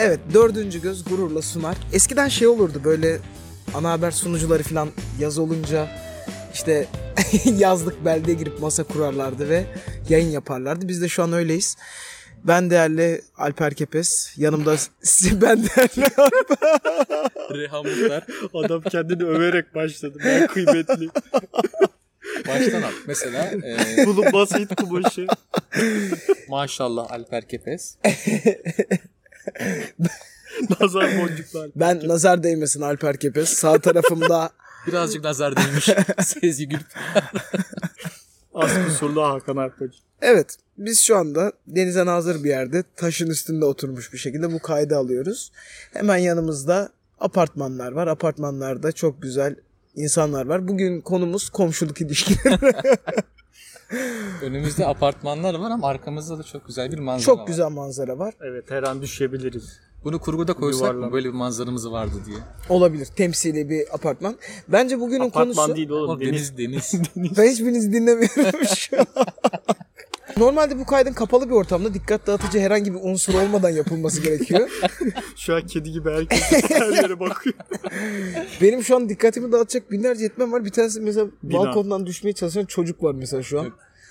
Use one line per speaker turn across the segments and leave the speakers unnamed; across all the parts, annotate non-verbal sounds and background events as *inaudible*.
Evet dördüncü göz gururla sunar. Eskiden şey olurdu böyle ana haber sunucuları falan yaz olunca işte *laughs* yazlık beldeye girip masa kurarlardı ve yayın yaparlardı. Biz de şu an öyleyiz. Ben değerli Alper Kepes. Yanımda *laughs* size ben değerli
Reha Muhtar.
Adam kendini överek başladı. Ben kıymetli.
Baştan al. Mesela e,
Bunun basit kumaşı.
maşallah Alper Kepes.
Nazar boncuklar.
Ben nazar değmesin Alper Kepes. Sağ tarafımda
Birazcık nazar *laughs* değmiş. Sezgi Gül.
Az kusurlu Hakan Arpacı.
Evet. Biz şu anda denize nazır bir yerde taşın üstünde oturmuş bir şekilde bu kaydı alıyoruz. Hemen yanımızda apartmanlar var. Apartmanlarda çok güzel insanlar var. Bugün konumuz komşuluk ilişkileri.
*laughs*
Önümüzde apartmanlar var ama arkamızda da çok güzel bir manzara var.
çok güzel manzara var.
Evet her an düşebiliriz.
Bunu kurguda koysak mı
Yuvarlan.
böyle bir manzaramız vardı diye.
Olabilir. Temsili bir apartman. Bence bugünün
Apartman
konusu...
değil oğlum.
Oğlum,
deniz.
deniz deniz. *laughs*
Ben hiçbirinizi dinlemiyorum şu an.
*laughs*
Normalde bu kaydın kapalı bir ortamda dikkat dağıtıcı herhangi bir unsur olmadan yapılması
*laughs*
gerekiyor.
Şu an kedi gibi herkes *laughs* her yere bakıyor.
Benim şu an dikkatimi dağıtacak binlerce yetmem var. Bir tanesi mesela
Bina.
balkondan düşmeye çalışan çocuk var mesela şu an.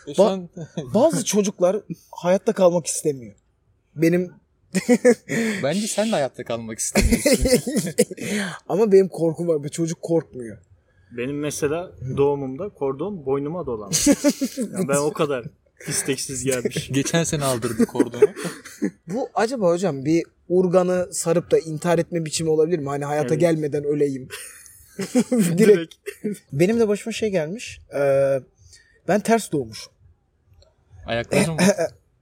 E şu an
*laughs*
Bazı çocuklar hayatta kalmak istemiyor.
*laughs*
Benim
bence sen de hayatta kalmak istemiyorsun.
ama benim korkum var. Bir çocuk korkmuyor.
Benim mesela doğumumda kordon boynuma *laughs* dolan. Yani ben o kadar isteksiz gelmiş.
*laughs* Geçen sene aldırdı kordonu.
Bu acaba hocam bir urganı sarıp da intihar etme biçimi olabilir mi? Hani hayata
Evet.
gelmeden öleyim. *laughs* Direkt.
*laughs* Direkt
Benim de başıma şey gelmiş. Ee, ben ters doğmuşum.
Ayaklarım mı?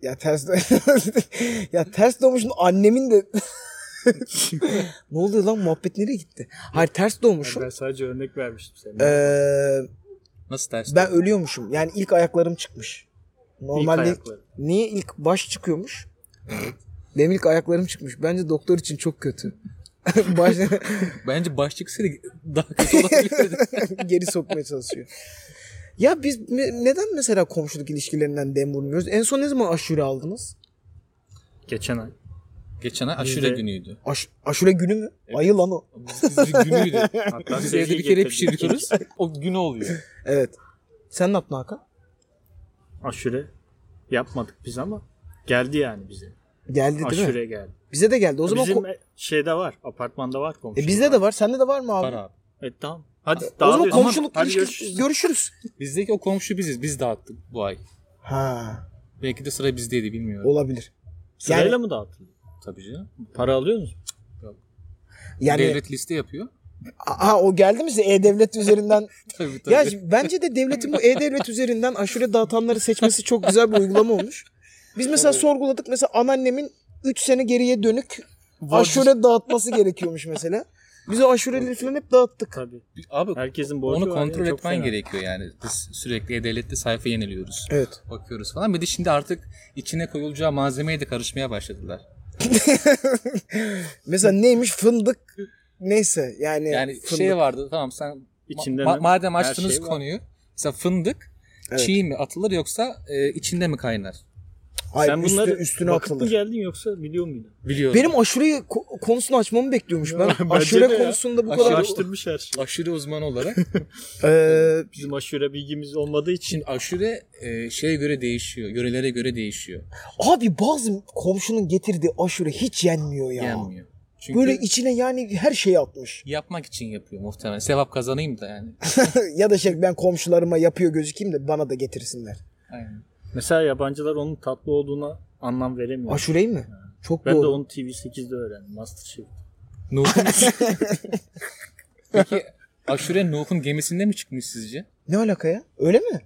Ya ters *laughs* ya ters doğmuşum annemin de ne oluyor lan muhabbet nereye gitti? Hayır ters doğmuşum.
ben sadece örnek vermiştim senin.
Ee,
Nasıl ters?
ben ölüyormuşum. Yani ilk ayaklarım çıkmış. Normalde
ayakları.
niye ilk baş çıkıyormuş? Benim ilk ayaklarım çıkmış. Bence doktor için çok kötü. *laughs* baş
Bence başlık seri daha kötü *laughs* olabilirdi.
geri sokmaya çalışıyor. Ya biz me- neden mesela komşuluk ilişkilerinden dem vurmuyoruz? En son ne zaman aşure aldınız?
Geçen ay.
Geçen ay aşure
Bizde-
günüydü.
Aş- aşure günü mü? Ayı lan o.
Biz, biz günüydü.
Hatta
Biz evde
Sezgi
bir kere
getirdi.
pişiriyoruz. O günü oluyor.
Evet. Sen ne yaptın Hakan?
Aşure yapmadık biz ama geldi yani bize.
Geldi değil mi?
Aşure geldi.
Bize de geldi. O zaman
Bizim
ko-
e- şeyde var. Apartmanda var komşu.
e, bizde de var. Sende de var mı abi?
Para abi.
Evet tamam. Hadi
O zaman
dağılıyoruz.
komşuluk
Hadi
ilişkisi
görüşürüz.
görüşürüz.
Bizdeki o komşu biziz. Biz dağıttık bu ay.
Ha,
Belki de sıra bizdeydi bilmiyorum.
olabilir.
Sırayla
Yani-
mı dağıtılıyor?
Tabii canım.
Para alıyor musun?
Yani
Devlet liste yapıyor. *laughs*
Aha, o geldi mi size e-devlet
*laughs*
üzerinden?
Tabii tabii.
ya bence de devletin bu e-devlet üzerinden aşure dağıtanları seçmesi çok güzel bir uygulama olmuş. Biz mesela sorguladık mesela anneannemin 3 sene geriye dönük aşure dağıtması gerekiyormuş mesela. Biz o aşureleri falan hep dağıttık.
Tabii.
Abi
Herkesin borcu
onu
var ya,
kontrol
çok
etmen
fena.
gerekiyor yani. Biz sürekli devlette sayfa yeniliyoruz.
Evet.
Bakıyoruz falan. Bir de şimdi artık içine koyulacağı malzemeye de karışmaya başladılar.
Mesela neymiş fındık neyse yani,
Yani
E, fındık.
şey vardı tamam sen
İçinde
ma-
ne?
madem
Her
açtınız
şey var.
konuyu. Mesela fındık
Evet.
çiğ mi atılır yoksa e, içinde mi kaynar?
Hayır,
Sen
üstü-
bunları
üstüne
bakıp
atılır.
mı geldin yoksa biliyor muydun?
Biliyorum.
Benim aşureyi ko- konusunu açmamı bekliyormuş. Ben
*laughs* Bence
aşure
de ya.
konusunda bu
Aşure-
kadar...
Araştırmış her şey.
aşure uzman olarak.
Ee,
Bizim aşure bilgimiz olmadığı için
Şimdi aşure e, şeye göre değişiyor. Yörelere göre değişiyor.
abi bazı komşunun getirdiği aşure hiç yenmiyor ya.
Yenmiyor. Çünkü
Böyle içine yani her şeyi atmış. *laughs*
yapmak için yapıyor muhtemelen. Sevap kazanayım da yani.
ya da şey ben komşularıma yapıyor gözükeyim de bana da getirsinler.
Aynen.
mesela yabancılar onun tatlı olduğuna anlam veremiyor.
Aşureyi mi? Çok
ben de
doğru.
onu TV8'de öğrendim. Masterchef.
*laughs*
Nuh'un... Peki aşure Nuh'un gemisinde mi çıkmış sizce?
Ne alaka ya? Öyle mi?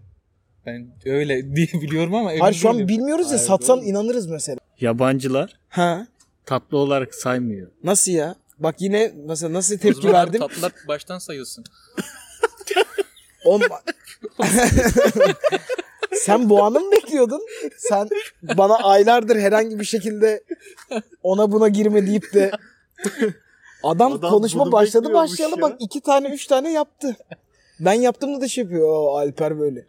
Ben öyle *laughs* diye biliyorum ama emin
Hayır şu an
değilim.
bilmiyoruz ya
Hayır,
satsan
doğru.
inanırız mesela.
Yabancılar
Ha?
tatlı
*laughs*
olarak saymıyor.
Nasıl ya? Bak yine mesela nasıl
O
tepki
zaman abi
verdim?
Tatlılar
*laughs*
baştan sayılsın.
On... *laughs* Sen bu anı mı bekliyordun? Sen bana aylardır herhangi bir şekilde ona buna girme deyip de adam,
Adam
konuşma
bunu
başladı
bekliyormuş
başlayalı
ya.
bak iki tane üç tane yaptı. Ben yaptığımda da şey yapıyor. "Oo, Alper böyle.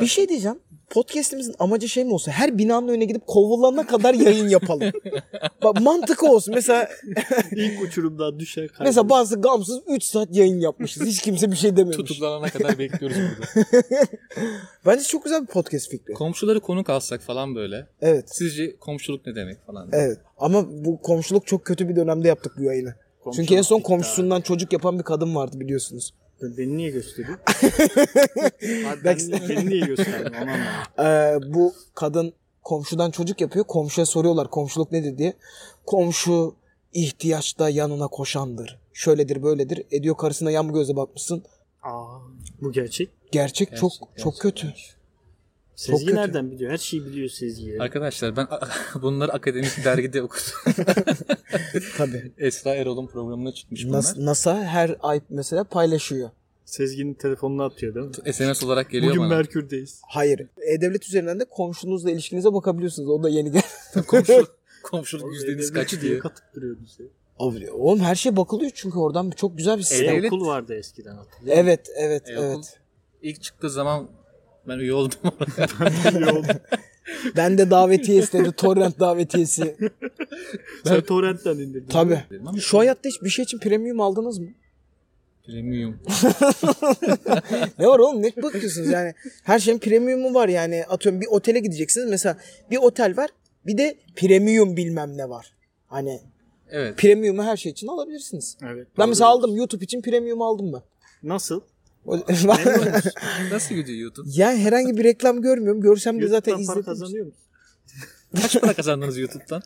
Bir şey diyeceğim. podcast'imizin amacı şey mi olsa her binanın önüne gidip kovulana kadar yayın yapalım. Bak mantık olsun. Mesela
İlk uçurumdan düşer kaybeder.
mesela bazı gamsız 3 saat yayın yapmışız. Hiç kimse bir şey dememiş.
Tutuklanana kadar bekliyoruz
*laughs*
burada.
Bence çok güzel bir podcast fikri.
Komşuları konuk alsak falan böyle.
Evet.
Sizce komşuluk ne demek falan.
Evet. Ama bu komşuluk çok kötü bir dönemde yaptık bu yayını.
Komşu
Çünkü en son
bitti
komşusundan çocuk yapan bir kadın vardı biliyorsunuz.
abi. Beni
*laughs*
niye gösteriyor? Abi ben,
Belki-
beni niye gösteriyor? Onu anlamadım.
Ee, bu kadın komşudan çocuk yapıyor. Komşuya soruyorlar komşuluk nedir diye. Komşu ihtiyaçta yanına koşandır. Şöyledir böyledir. Ediyor karısına yan gözle bakmışsın.
Aa, bu gerçek.
Gerçek, çok
Gerçekten
çok kötü.
Sezgi
kötü.
nereden biliyor? Her şeyi biliyor Sezgi. ya.
Arkadaşlar ben *laughs* bunları akademik dergide okudum. *laughs*
Tabii.
Esra Erol'un programına çıkmış bunlar.
Nas- NASA her ay mesela paylaşıyor.
Sezgi'nin telefonunu atıyor değil mi?
SMS olarak geliyor
Bugün
bana.
Merkür'deyiz.
Hayır. E-Devlet üzerinden de komşunuzla ilişkinize bakabiliyorsunuz. O da yeni gel.
komşuluk, komşuluk yüzdeniz
Yüzdeniz
kaç
şey
diye.
şey Katıp duruyor bize.
*laughs* Abi, Oğlum her şey bakılıyor çünkü oradan çok güzel bir sistem.
E-Devlet-
Okul vardı eskiden hatırlıyor
Evet, evet,
E, okul-
evet.
İlk çıktığı zaman ben üye oldum. *laughs*
musun?
Ben de davetiye istedi. Torrent
*laughs*
davetiyesi.
Sen torrentten indirdin.
Tabii.
Dedim ama
Şu hayatta hiç bir şey için premium aldınız mı?
Premium.
Ne var oğlum net bakıyorsunuz yani. Her şeyin premiumu var yani. Atıyorum bir otele gideceksiniz. Mesela bir otel var bir de premium bilmem ne var. Hani
Evet.
premiumu her şey için alabilirsiniz.
Evet.
Ben
doğru.
mesela aldım YouTube için premium aldım ben.
Nasıl?
O- *laughs*
Memnun musun?
Nasıl gidiyor YouTube?
yani herhangi bir reklam görmüyorum. Görsem de zaten
YouTube'dan para
izledim.
kazanıyor musun?
Kaç para kazandınız YouTube'dan?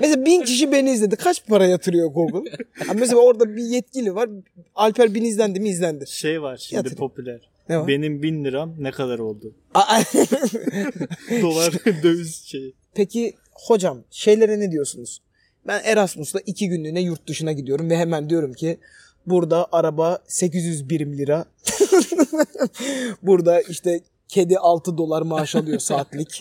Mesela bin kişi beni izledi. Kaç para yatırıyor
*laughs*
Google? Ha mesela orada bir yetkili var. Alper bin izlendi mi izlendi.
Şey var şimdi
Yatırım.
popüler.
Ne var?
Benim 1000 liram ne kadar oldu?
*laughs* Aa,
Dolar döviz şey. şeyi.
Peki hocam şeylere ne diyorsunuz? Ben Erasmus'la iki günlüğüne yurt dışına gidiyorum ve hemen diyorum ki burada araba 800 birim lira. *laughs* burada işte kedi 6 dolar maaş alıyor
*laughs*
saatlik.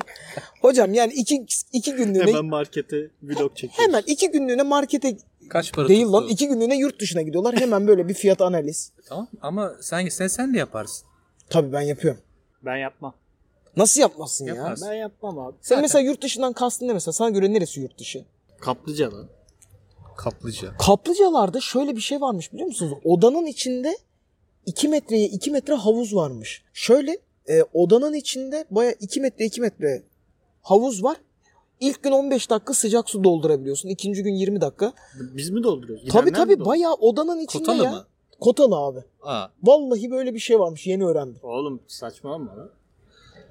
hocam yani iki, iki günlüğüne
Hemen
hemen,
markete vlog çekiyor.
iki günlüğüne markete
Kaç para
değil
tuttu?
lan iki günlüğüne yurt dışına gidiyorlar. Hemen böyle bir fiyat analiz.
Tamam ama sen, sen, sen de yaparsın.
Tabii ben yapıyorum.
Ben yapmam.
Nasıl yapmazsın ya?
Yaparsın.
Ben yapmam abi.
Sen mesela yurt dışından kastın ne mesela? Sana göre neresi yurt dışı?
Kaplıca lan.
Kaplıca.
Kaplıcalarda şöyle bir şey varmış biliyor musunuz? Odanın içinde 2 metreye 2 metre havuz varmış. Şöyle e, odanın içinde baya 2 metre 2 metre havuz var. İlk gün 15 dakika sıcak su doldurabiliyorsun. ikinci gün 20 dakika.
Biz mi dolduruyoruz?
tabii
İnanmıyor
tabii
musun?
bayağı odanın içinde
Kotalı
ya.
mı?
Kotalı abi.
Aa,
Vallahi böyle bir şey varmış yeni öğrendim.
Oğlum saçmalama lan.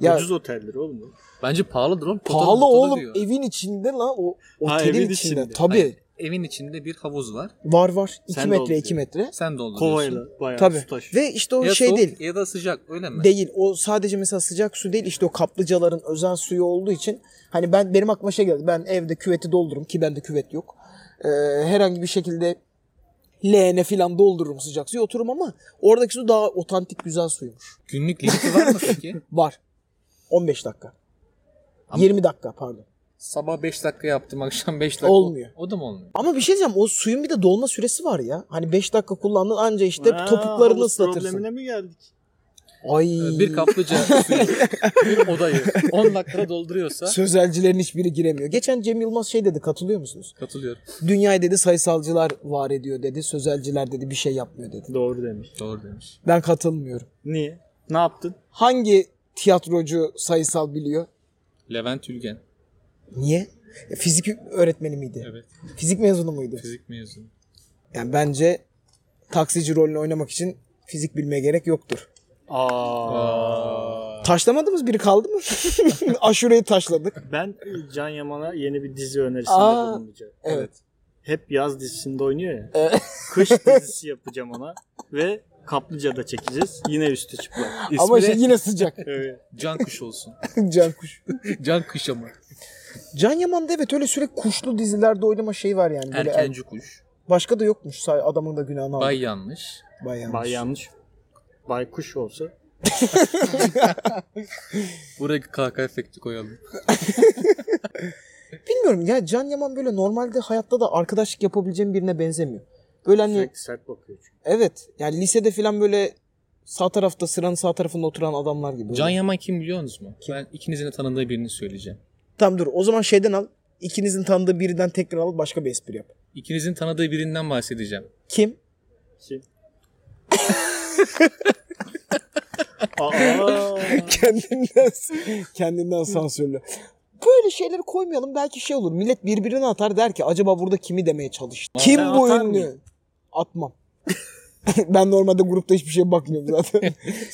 Ya
Ucuz oteldir oğlum. bu.
bence pahalıdır oğlum. Kotalı-
pahalı
kotalı
oğlum E,
diyor.
evin içinde la o
Ha,
otelin
evin
içinde.
içinde.
Tabii
Hayır, evin içinde bir havuz var.
var var 2
Sen de
metre
oldu
2
diyor.
metre.
Sen dolduruyorsun.
Kovayla bayağı
Tabii.
su taşıyor.
Ve işte o
Ya
şey
soğuk
değil.
ya da sıcak öyle mi?
Değil. O sadece mesela sıcak su değil. işte o kaplıcaların özel suyu olduğu için hani ben benim aklıma şey geldi. Ben evde küveti doldururum ki bende küvet yok. Ee, herhangi bir şekilde leğene falan doldururum sıcak suyu otururum ama oradaki su daha otantik güzel suymuş.
Günlük limiti var mı
*laughs*
peki?
Var. 15 dakika.
Ama-
20 dakika pardon.
Sabah 5 dakika yaptım, akşam 5 dakika.
Olmuyor.
O da mı olmuyor?
Ama bir şey diyeceğim o suyun bir de dolma süresi var ya. Hani 5 dakika kullandın anca işte
Aa,
topuklarını
havuz
ıslatırsın.
Problemine mi geldik?
Ay.
Ee,
*laughs*
Bir kaplıca suyu, bir odayı 10 dakikada dolduruyorsa
Sözelcilerin hiçbiri giremiyor. Geçen Cem Yılmaz şey dedi katılıyor musunuz?
katılıyorum.
Dünyayı dedi sayısalcılar var ediyor dedi. Sözelciler dedi bir şey yapmıyor dedi.
Doğru demiş.
Doğru demiş.
Ben katılmıyorum.
Niye? Ne yaptın?
Hangi tiyatrocu sayısal biliyor?
Levent Ülgen.
Niye? E, Fizik öğretmeni miydi?
Evet.
Fizik mezunu muydu?
Fizik mezunu.
Yani bence taksici rolünü oynamak için fizik bilmeye gerek yoktur.
Aa.
Taşlamadığımız biri kaldı mı? *laughs* Aşureyi taşladık.
Ben Can Yaman'a yeni bir dizi önerisinde
Aa.
bulunacağım.
Evet.
Hep yaz dizisinde oynuyor ya.
Evet. *laughs*
Kış dizisi yapacağım ona ve Kaplıca'da çekeceğiz. Yine üstü çıplak. İsmi
Ama
de-
şey yine sıcak.
Evet.
Can kış olsun.
Can Kuş.
Can kış ama.
Can Yaman'da evet öyle sürekli kuşlu dizilerde oynama şeyi var yani. Böyle er-
Erkenci kuş.
Başka da yokmuş say- adamın da günahını aldı.
Bay yanlış.
Bay yanlış.
Bay yanlış. Bay kuş olsa.
Buraya kahkaha efekti koyalım.
Bilmiyorum ya Can Yaman böyle normalde hayatta da arkadaşlık yapabileceğim birine benzemiyor. Böyle hani
Sürekli sert bakıyor çünkü.
evet yani lisede falan böyle sağ tarafta sıranın sağ tarafında oturan adamlar gibi.
Can Yaman kim biliyorsunuz mu? Ben ikinizin de tanıdığı birini söyleyeceğim.
Tamam dur o zaman şeyden al. İkinizin tanıdığı birinden tekrar al başka bir espri yap.
İkinizin tanıdığı birinden bahsedeceğim.
Kim?
Kim? *laughs* Aa,
kendinden kendinden sansürlü. Böyle şeyleri koymayalım belki şey olur. Millet birbirine atar der ki acaba burada kimi demeye çalıştı?
Ben
Kim
atar
bu ünlü?
mıyım?
Atmam. *laughs* ben normalde grupta hiçbir şeye bakmıyorum zaten.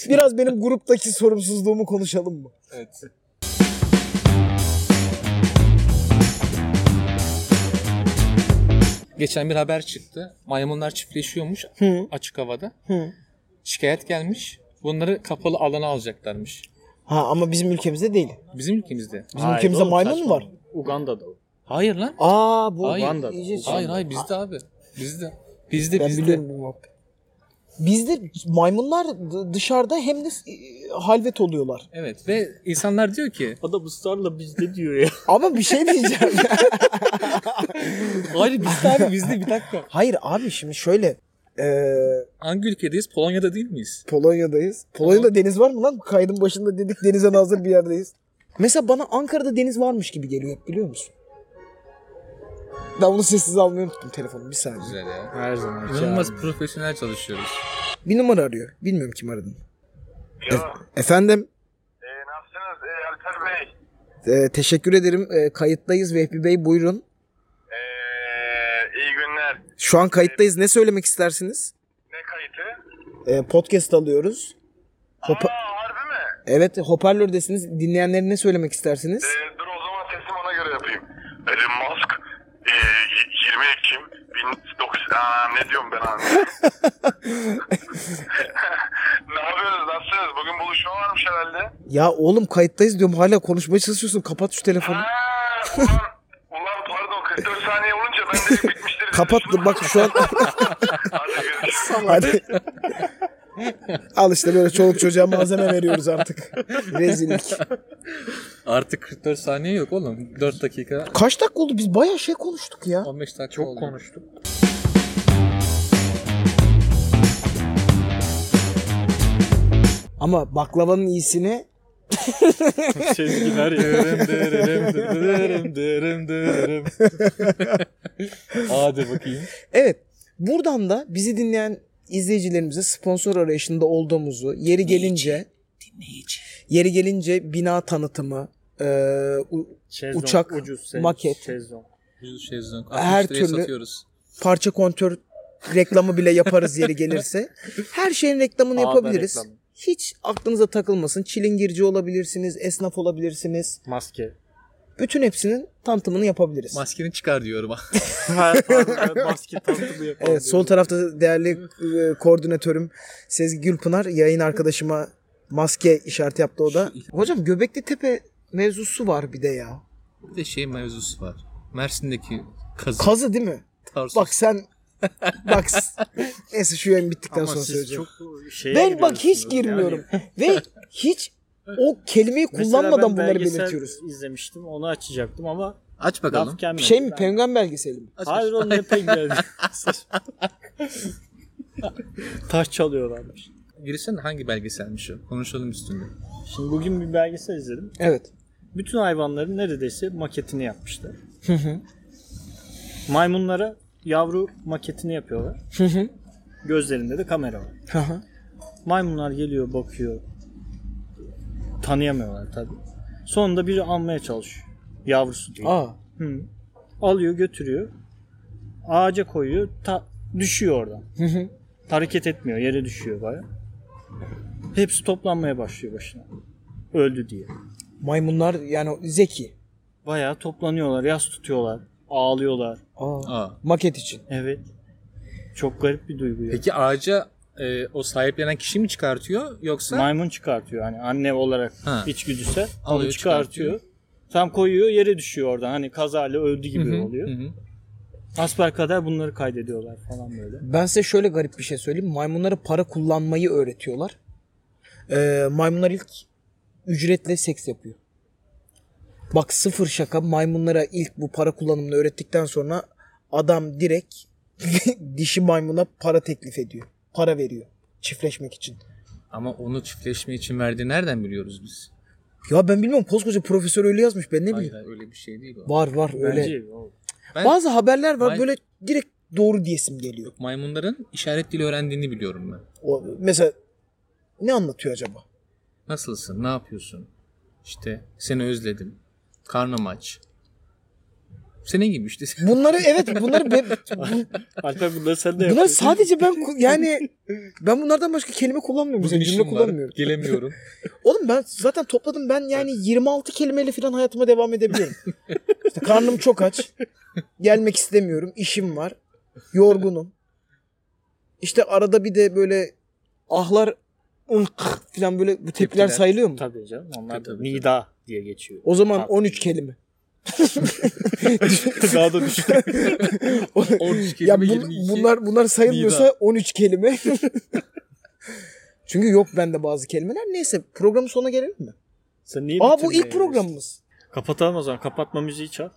Biraz benim gruptaki sorumsuzluğumu konuşalım mı?
Evet. Geçen bir haber çıktı. Maymunlar çiftleşiyormuş
Hı.
açık havada.
Hı.
Şikayet gelmiş. Bunları kapalı alana alacaklarmış.
Ha ama bizim ülkemizde değil.
Bizim ülkemizde.
Bizim
Hayır
ülkemizde
oğlum,
maymun mu
saçma.
var?
Uganda'da o.
Hayır lan.
Aa bu
Hayır.
Uganda'da.
Hayır,
Hayır hayır bizde abi. Bizde. Bizde
Ben
bizde.
biliyorum bu muhabbeti. Bizde maymunlar d- dışarıda hem de e, halvet oluyorlar.
Evet ve insanlar diyor ki
Adam ısrarla bizde diyor ya.
Ama bir şey diyeceğim.
hayır bizde abi bizde bir dakika.
Hayır abi şimdi şöyle e,
Hangi ülkedeyiz? Polonya'da değil miyiz?
Polonya'dayız. Polonya'da deniz var mı lan? Kaydın başında dedik denize nazır bir yerdeyiz. Mesela bana Ankara'da deniz varmış gibi geliyor hep biliyor musun? Ben bunu sessiz almayı unuttum telefonu bir saniye.
Güzel ya.
Her *laughs* zaman.
İnanılmaz profesyonel çalışıyoruz.
Bir numara arıyor. Bilmiyorum kim aradın. Efendim
E, nasılsınız e, Alper Bey?
e, teşekkür ederim. E, kayıttayız Vehbi Bey buyurun.
E, iyi günler.
Şu an kayıttayız. Ne söylemek istersiniz?
Ne kayıtı?
E, podcast alıyoruz. Hopa-
Aa harbi mi?
evet hoparlördesiniz. Dinleyenlere ne söylemek istersiniz?
E, dur o zaman sesimi ona göre yapayım. Elon Musk e, y- 20 Ekim 19... Aa, ne diyorum ben abi? ne yapıyorsunuz nasılsınız? Bugün buluşma varmış herhalde.
Ya oğlum kayıttayız diyorum hala konuşmaya çalışıyorsun. Kapat şu telefonu.
Ha, ulan, ulan pardon 44 saniye olunca ben de bitmiştir. diye
Kapat
düşündüm.
bak şu an
Hadi görüşürüz.
hadi. Al işte böyle çoluk çocuğa malzeme veriyoruz artık. Rezillik.
Artık 44 saniye yok oğlum. 4 dakika
Kaç dakika oldu? Biz bayağı şey konuştuk ya.
15 dakika
Çok
oldu.
konuştuk.
Ama baklavanın iyisini
Sezgiler ya.
Dırım *laughs* dırırım dırırım dırırım dırırım. *laughs* Hadi bakayım.
Evet. Buradan da bizi dinleyen izleyicilerimize sponsor arayışında olduğumuzu yeri gelince yeri gelince bina tanıtımı e, u-
Şezlong,
Uçak,
ucuz
maket.
Şezlong.
Yüz şezlong.
Her
Her türlü.
türlü-
şey satıyoruz.
parça kontör reklamı bile yaparız yeri gelirse. Her şeyin reklamını
Ağda
yapabiliriz.
reklamı.
Hiç aklınıza takılmasın. Çilingirci olabilirsiniz, esnaf olabilirsiniz.
Maske.
Bütün hepsinin tanıtımını yapabiliriz.
Maskeni çıkar diyorum. *laughs*
Ha, pardon, ben maske tatlı yapalım.
Evet, sol
diyorum.
tarafta değerli e, koordinatörüm Sezgi Gülpınar yayın arkadaşıma maske işareti yaptı o da. Hocam Göbekli Tepe mevzusu var bir de ya.
bir de şey mevzusu var. Mersin'deki kazı.
Kazı değil mi?
Tarsus.
Bak sen bak
*laughs*
s- neyse şu yayın bittikten
Ama
sonra
siz
söyleyeceğim.
çok şeye
Ben bak hiç
giriyorsunuz yani.
girmiyorum ve hiç o kelimeyi
Mesela
kullanmadan
ben
bunları
belgesel
belirtiyoruz.
izlemiştim. Onu açacaktım ama
Aç
laf
bakalım.
gelmedi.
Şey mi
Ben-
penguen belgeseli mi?
Aç
Hayır
bakalım.
oğlum ne pek *laughs* geldi. Taş çalıyorlarmış.
Girsene hangi belgeselmiş o? Konuşalım üstünde.
Şimdi bugün bir belgesel izledim.
Evet.
Bütün hayvanların neredeyse maketini yapmışlar. Maymunlara yavru maketini yapıyorlar. Gözlerinde de kamera var. Maymunlar geliyor bakıyor. Tanıyamıyorlar tabii. Sonunda biri almaya çalışıyor. Yavrusu diye.
Aa.
Hı. Alıyor götürüyor. Ağaca koyuyor. Ta- düşüyor oradan. Hareket etmiyor. Yere düşüyor baya. Hepsi toplanmaya başlıyor başına. Öldü diye.
Maymunlar yani zeki.
Bayağı toplanıyorlar. Yas tutuyorlar. Ağlıyorlar.
Aa.
Aa.
Maket için.
Evet. Çok garip bir duygu ya.
Peki ağaca e, o sahiplenen kişi mi çıkartıyor yoksa?
Maymun çıkartıyor. Hani anne olarak
Ha.
içgüdüsel.
Alıyor,
onu çıkartıyor. Tam koyuyor yere düşüyor oradan. Hani kazayla öldü
Hı
gibi
hı,
oluyor.
hı hı.
Asperkader bunları kaydediyorlar falan böyle.
Ben size şöyle garip bir şey söyleyeyim. Maymunlara para kullanmayı öğretiyorlar. Ee, maymunlar ilk ücretle seks yapıyor. Bak sıfır şaka maymunlara ilk bu para kullanımını öğrettikten sonra adam direkt *laughs* dişi maymuna para teklif ediyor. Para veriyor çiftleşmek için.
Ama onu çiftleşme için verdiği nereden biliyoruz biz?
Ya ben bilmiyorum koskoca profesör öyle yazmış ben ne
Hayır
bileyim.
hayır, öyle bir şey değil o.
Var var öyle.
Bence o-
Ben
Bazı haberler var
Vay.
böyle direkt doğru diyesim geliyor.
maymunların işaret dili öğrendiğini biliyorum ben.
O, mesela ne anlatıyor acaba?
Nasılsın? Ne yapıyorsun? İşte seni özledim. Karnım aç. Senin gibi işte.
Bunları evet bunları be, bu-
Alper bunları sen de
bunları
yapıyorsun.
sadece ben
*laughs*
ku- yani ben bunlardan başka kelime kullanmıyorum. Bugün cümle
işim var,
kullanmıyorum. *laughs*
Gelemiyorum.
Oğlum ben zaten topladım ben yani 26 kelimeyle falan hayatıma devam
*laughs*
edebiliyorum. işte karnım çok aç. Gelmek istemiyorum. işim var. Yorgunum. İşte arada bir de böyle ahlar ınk falan böyle bu tepkiler
Tepkiler.
sayılıyor mu?
Tabii canım. Onlar
Tabii,
da
tabii.
nida diye geçiyor.
O zaman
Tabii.
13 kelime.
*laughs* Daha da düşük.
O-
13 kelime
ya bu-
22.
bunlar bunlar sayılmıyorsa
Nida.
13
*laughs*
kelime. Çünkü yok bende bazı kelimeler. Neyse programın sonuna gelelim mi?
Sen niye
Aa bu
bitirmeye
ilk programımız.
yarıyorsun? Kapatalım o zaman. Kapatma müziği çal.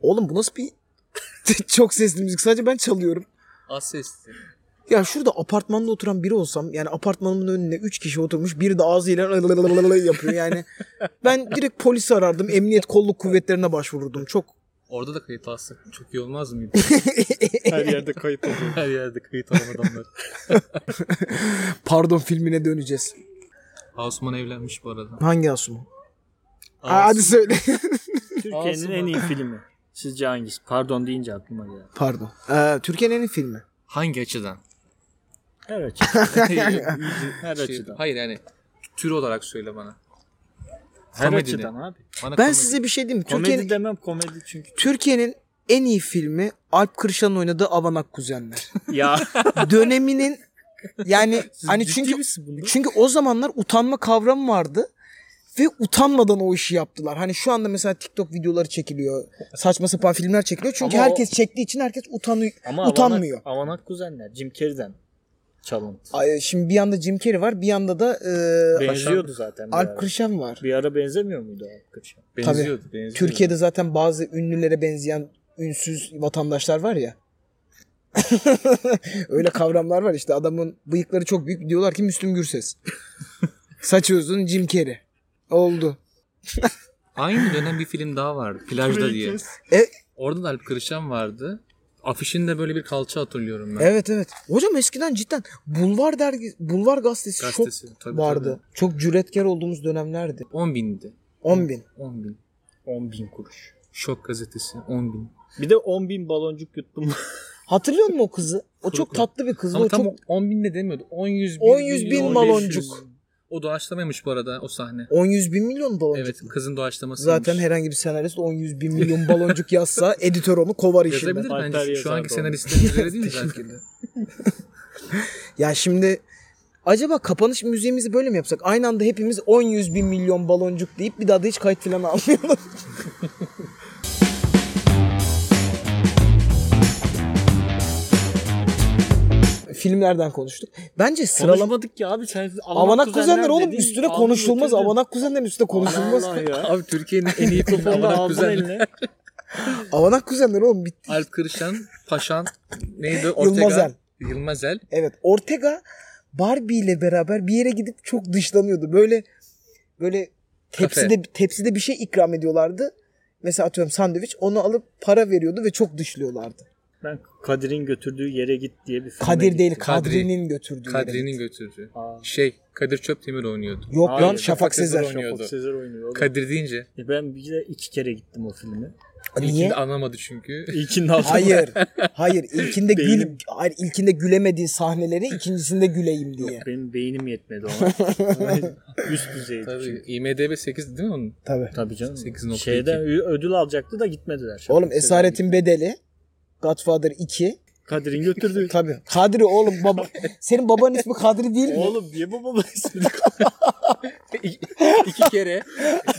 Oğlum bu nasıl bir *laughs* çok sesli müzik sadece ben çalıyorum.
Az sesli.
Ya şurada apartmanda oturan biri olsam yani apartmanımın önüne 3 kişi oturmuş biri de ağzıyla *laughs* yapıyor yani. Ben direkt polisi arardım emniyet kolluk kuvvetlerine başvururdum çok.
Orada da kayıt alsak çok iyi olmaz mıydı?
Her
*laughs*
yerde kayıt oluyor.
Her yerde kayıt alan adamlar.
Pardon filmine döneceğiz.
Osman evlenmiş bu arada.
Hangi Asuman? Aa, hadi söyle.
Türkiye'nin en iyi filmi. Sizce hangisi? Pardon deyince aklıma geldi.
Pardon. Ee, Türkiye'nin en iyi filmi.
Hangi açıdan?
Her açı.
*laughs*
Her
Şey,
açıdan.
Hayır yani tür olarak söyle bana.
Her
Komedi
açıdan
de.
abi.
Bana
Ben
komedi-
size bir şey diyeyim mi?
Komedi
Türkiye'nin
demem komedi çünkü.
Türkiye'nin en iyi filmi Alp Kırşan'ın oynadığı Avanak Kuzenler. *laughs*
Ya
Döneminin yani hani
ciddi
çünkü
misin bunda?
çünkü o zamanlar utanma kavramı vardı ve utanmadan o işi yaptılar. Hani şu anda mesela TikTok videoları çekiliyor. Saçma sapan filmler çekiliyor. Çünkü
Ama o-
herkes çektiği için herkes utanıyor.
Ama
utanmıyor.
Avanak, Avanak kuzenler. Jim Carrey'den çalıntı.
Ay, Şimdi bir yanda Jim Carrey var, bir yanda da e,
Benziyordu zaten. Bir
Alp
ara.
Kırşan var.
bir ara benzemiyor muydu Alp Kırşan?
benziyordu, benziyordu.
Türkiye'de zaten bazı ünlülere benzeyen ünsüz vatandaşlar var ya. *laughs* Öyle kavramlar var işte adamın bıyıkları çok büyük diyorlar ki Müslüm
*laughs*
Gürses. Saçı uzun Jim Carrey. Oldu.
Aynı dönem bir film daha vardı. Plajda diye.
E-
Orada da Alp Kırışan vardı. Afişinde böyle bir kalça hatırlıyorum ben.
Evet evet. Hocam eskiden cidden Bulvar dergi Bulvar gazetesi,
Gazetesi,
çok
tabii,
vardı. Çok cüretkar olduğumuz dönemlerdi.
10 bindi.
10 bin.
10 bin.
10 bin kuruş.
Şok gazetesi 10 bin.
Bir de 10 bin baloncuk yuttum.
Hatırlıyor musun o kızı? O
Kuru
çok
kuru.
tatlı bir kızdı.
Ama
O
tam
çok
10 bin de demiyordu. 10 yüz bin.
10 yüz bin
milyon,
baloncuk.
500. O doğaçlamaymış bu arada o sahne.
10 100 bin milyon baloncuk.
Evet kızın doğaçlaması.
Zaten herhangi bir senarist 10 100 bin milyon baloncuk *laughs* yazsa editör onu kovar işinden.
Yazabilir
Alper
bence. Şu
yazardı
anki
onu.
senaristlerin
*laughs*
üzere değil mi belki de?
Ya şimdi acaba kapanış müziğimizi böyle mi yapsak? Aynı anda hepimiz 10 yüz bin milyon baloncuk deyip bir daha da hiç kayıt falan *laughs* almayalım. Filmlerden konuştuk. Bence sıralama
Sıralamadık ya abi. Sen
Avanak Kuzenler oğlum üstüne konuşulmaz.
Avanak
Avanak Kuzenler'in üstüne konuşulmaz.
Allah ya.
Abi Türkiye'nin en
*laughs*
iyi topu
Telefonla
Avanak
aldın
Güzel.
eline.
Avanak Kuzenler oğlum bitti.
Alp Kırışan, Paşan, neydi? Ortega.
Yılmazel.
Yılmazel.
Evet Ortega Barbie ile beraber bir yere gidip çok dışlanıyordu. Böyle böyle tepside tepside bir şey ikram ediyorlardı. Mesela atıyorum sandviç onu alıp para veriyordu ve çok dışlıyorlardı.
Ben Kadir'in götürdüğü yere git diye bir filme
Kadir
gittim.
değil
Kadri.
Kadri'nin götürdüğü. yere
Kadri'nin
gitti.
götürdü.
Aa.
Şey Kadir Çöptemir oynuyordu.
Yok
Hayır,
lan Şafak
Şafak Sezer
Sezer.
oynuyor.
Şafak Sezer oynuyor. oğlum.
Kadir deyince.
E Ben bir de iki kere gittim o filme. *laughs*
Niye?
İlkinde anlamadı çünkü.
İlkinde aldım.
Hayır. Hayır. İlkinde gül
Beynim.
hayır, ilkinde gülemediği sahneleri ikincisinde güleyim diye.
Benim beynim
*laughs*
yetmedi ona. Üst
*laughs*
düzeydi.
Tabii
çünkü.
IMDB 8 değil mi onun?
Tabii.
Tabii canım.
8.2.
Şeyden ö- ödül alacaktı da gitmediler. Şafak
Oğlum
Sezer.
Esaretin Bedeli Godfather 2. *laughs*
Kadir'in götürdüğü.
Tabii. Kadri oğlum baba senin babanın ismi Kadri değil mi?
Oğlum niye babamı
*laughs*
ismini
İki *laughs* kere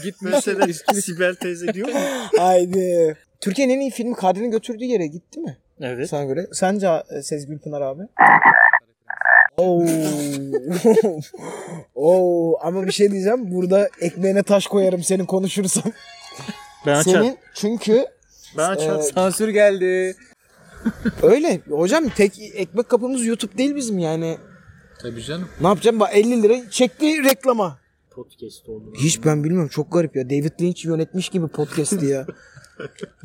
gitmiş.
Mesela Sibel teyze diyor mu?
Haydi. Türkiye'nin en iyi filmi Kadri'nin götürdüğü yere gitti mi?
Evet.
Sana göre. Sence e, Sezgül Pınar abi? Oo. *laughs* Oo. Ama bir şey diyeceğim. Burada ekmeğine taş koyarım senin konuşursan.
Ben açarım.
Senin çünkü
Ben açarım.
Ee,
Sansür geldi.
Öyle. Hocam tek ekmek kapımız YouTube değil bizim yani.
Tabii canım.
Ne yapacağım? Bak 50 lira çekti reklama.
Podcast oldu.
Hiç ben bilmiyorum. Çok garip ya. David Lynch yönetmiş gibi podcast'i ya.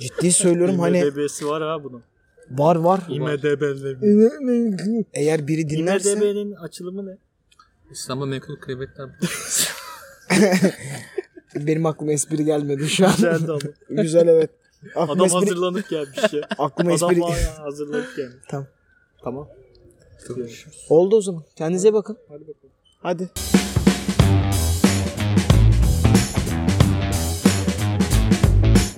Ciddi söylüyorum hani
IMDB'si var ha bunun.
var var.
IMDB'li.
*laughs* Eğer biri dinlerse
IMDB'nin açılımı ne?
İstanbul Menkul Kıymetler
benim aklıma espri gelmedi şu an. *laughs*
Güzeldi ama.
Güzel evet. Aklıma
Adam
espri,
hazırlanıp gelmiş
*laughs*
ya.
aklıma
Adam
espri.
bayağı hazırlanıp gelmiş.
Tamam.
Tamam.
Oldu o zaman. Kendinize bakın. Hadi bakalım. Hadi.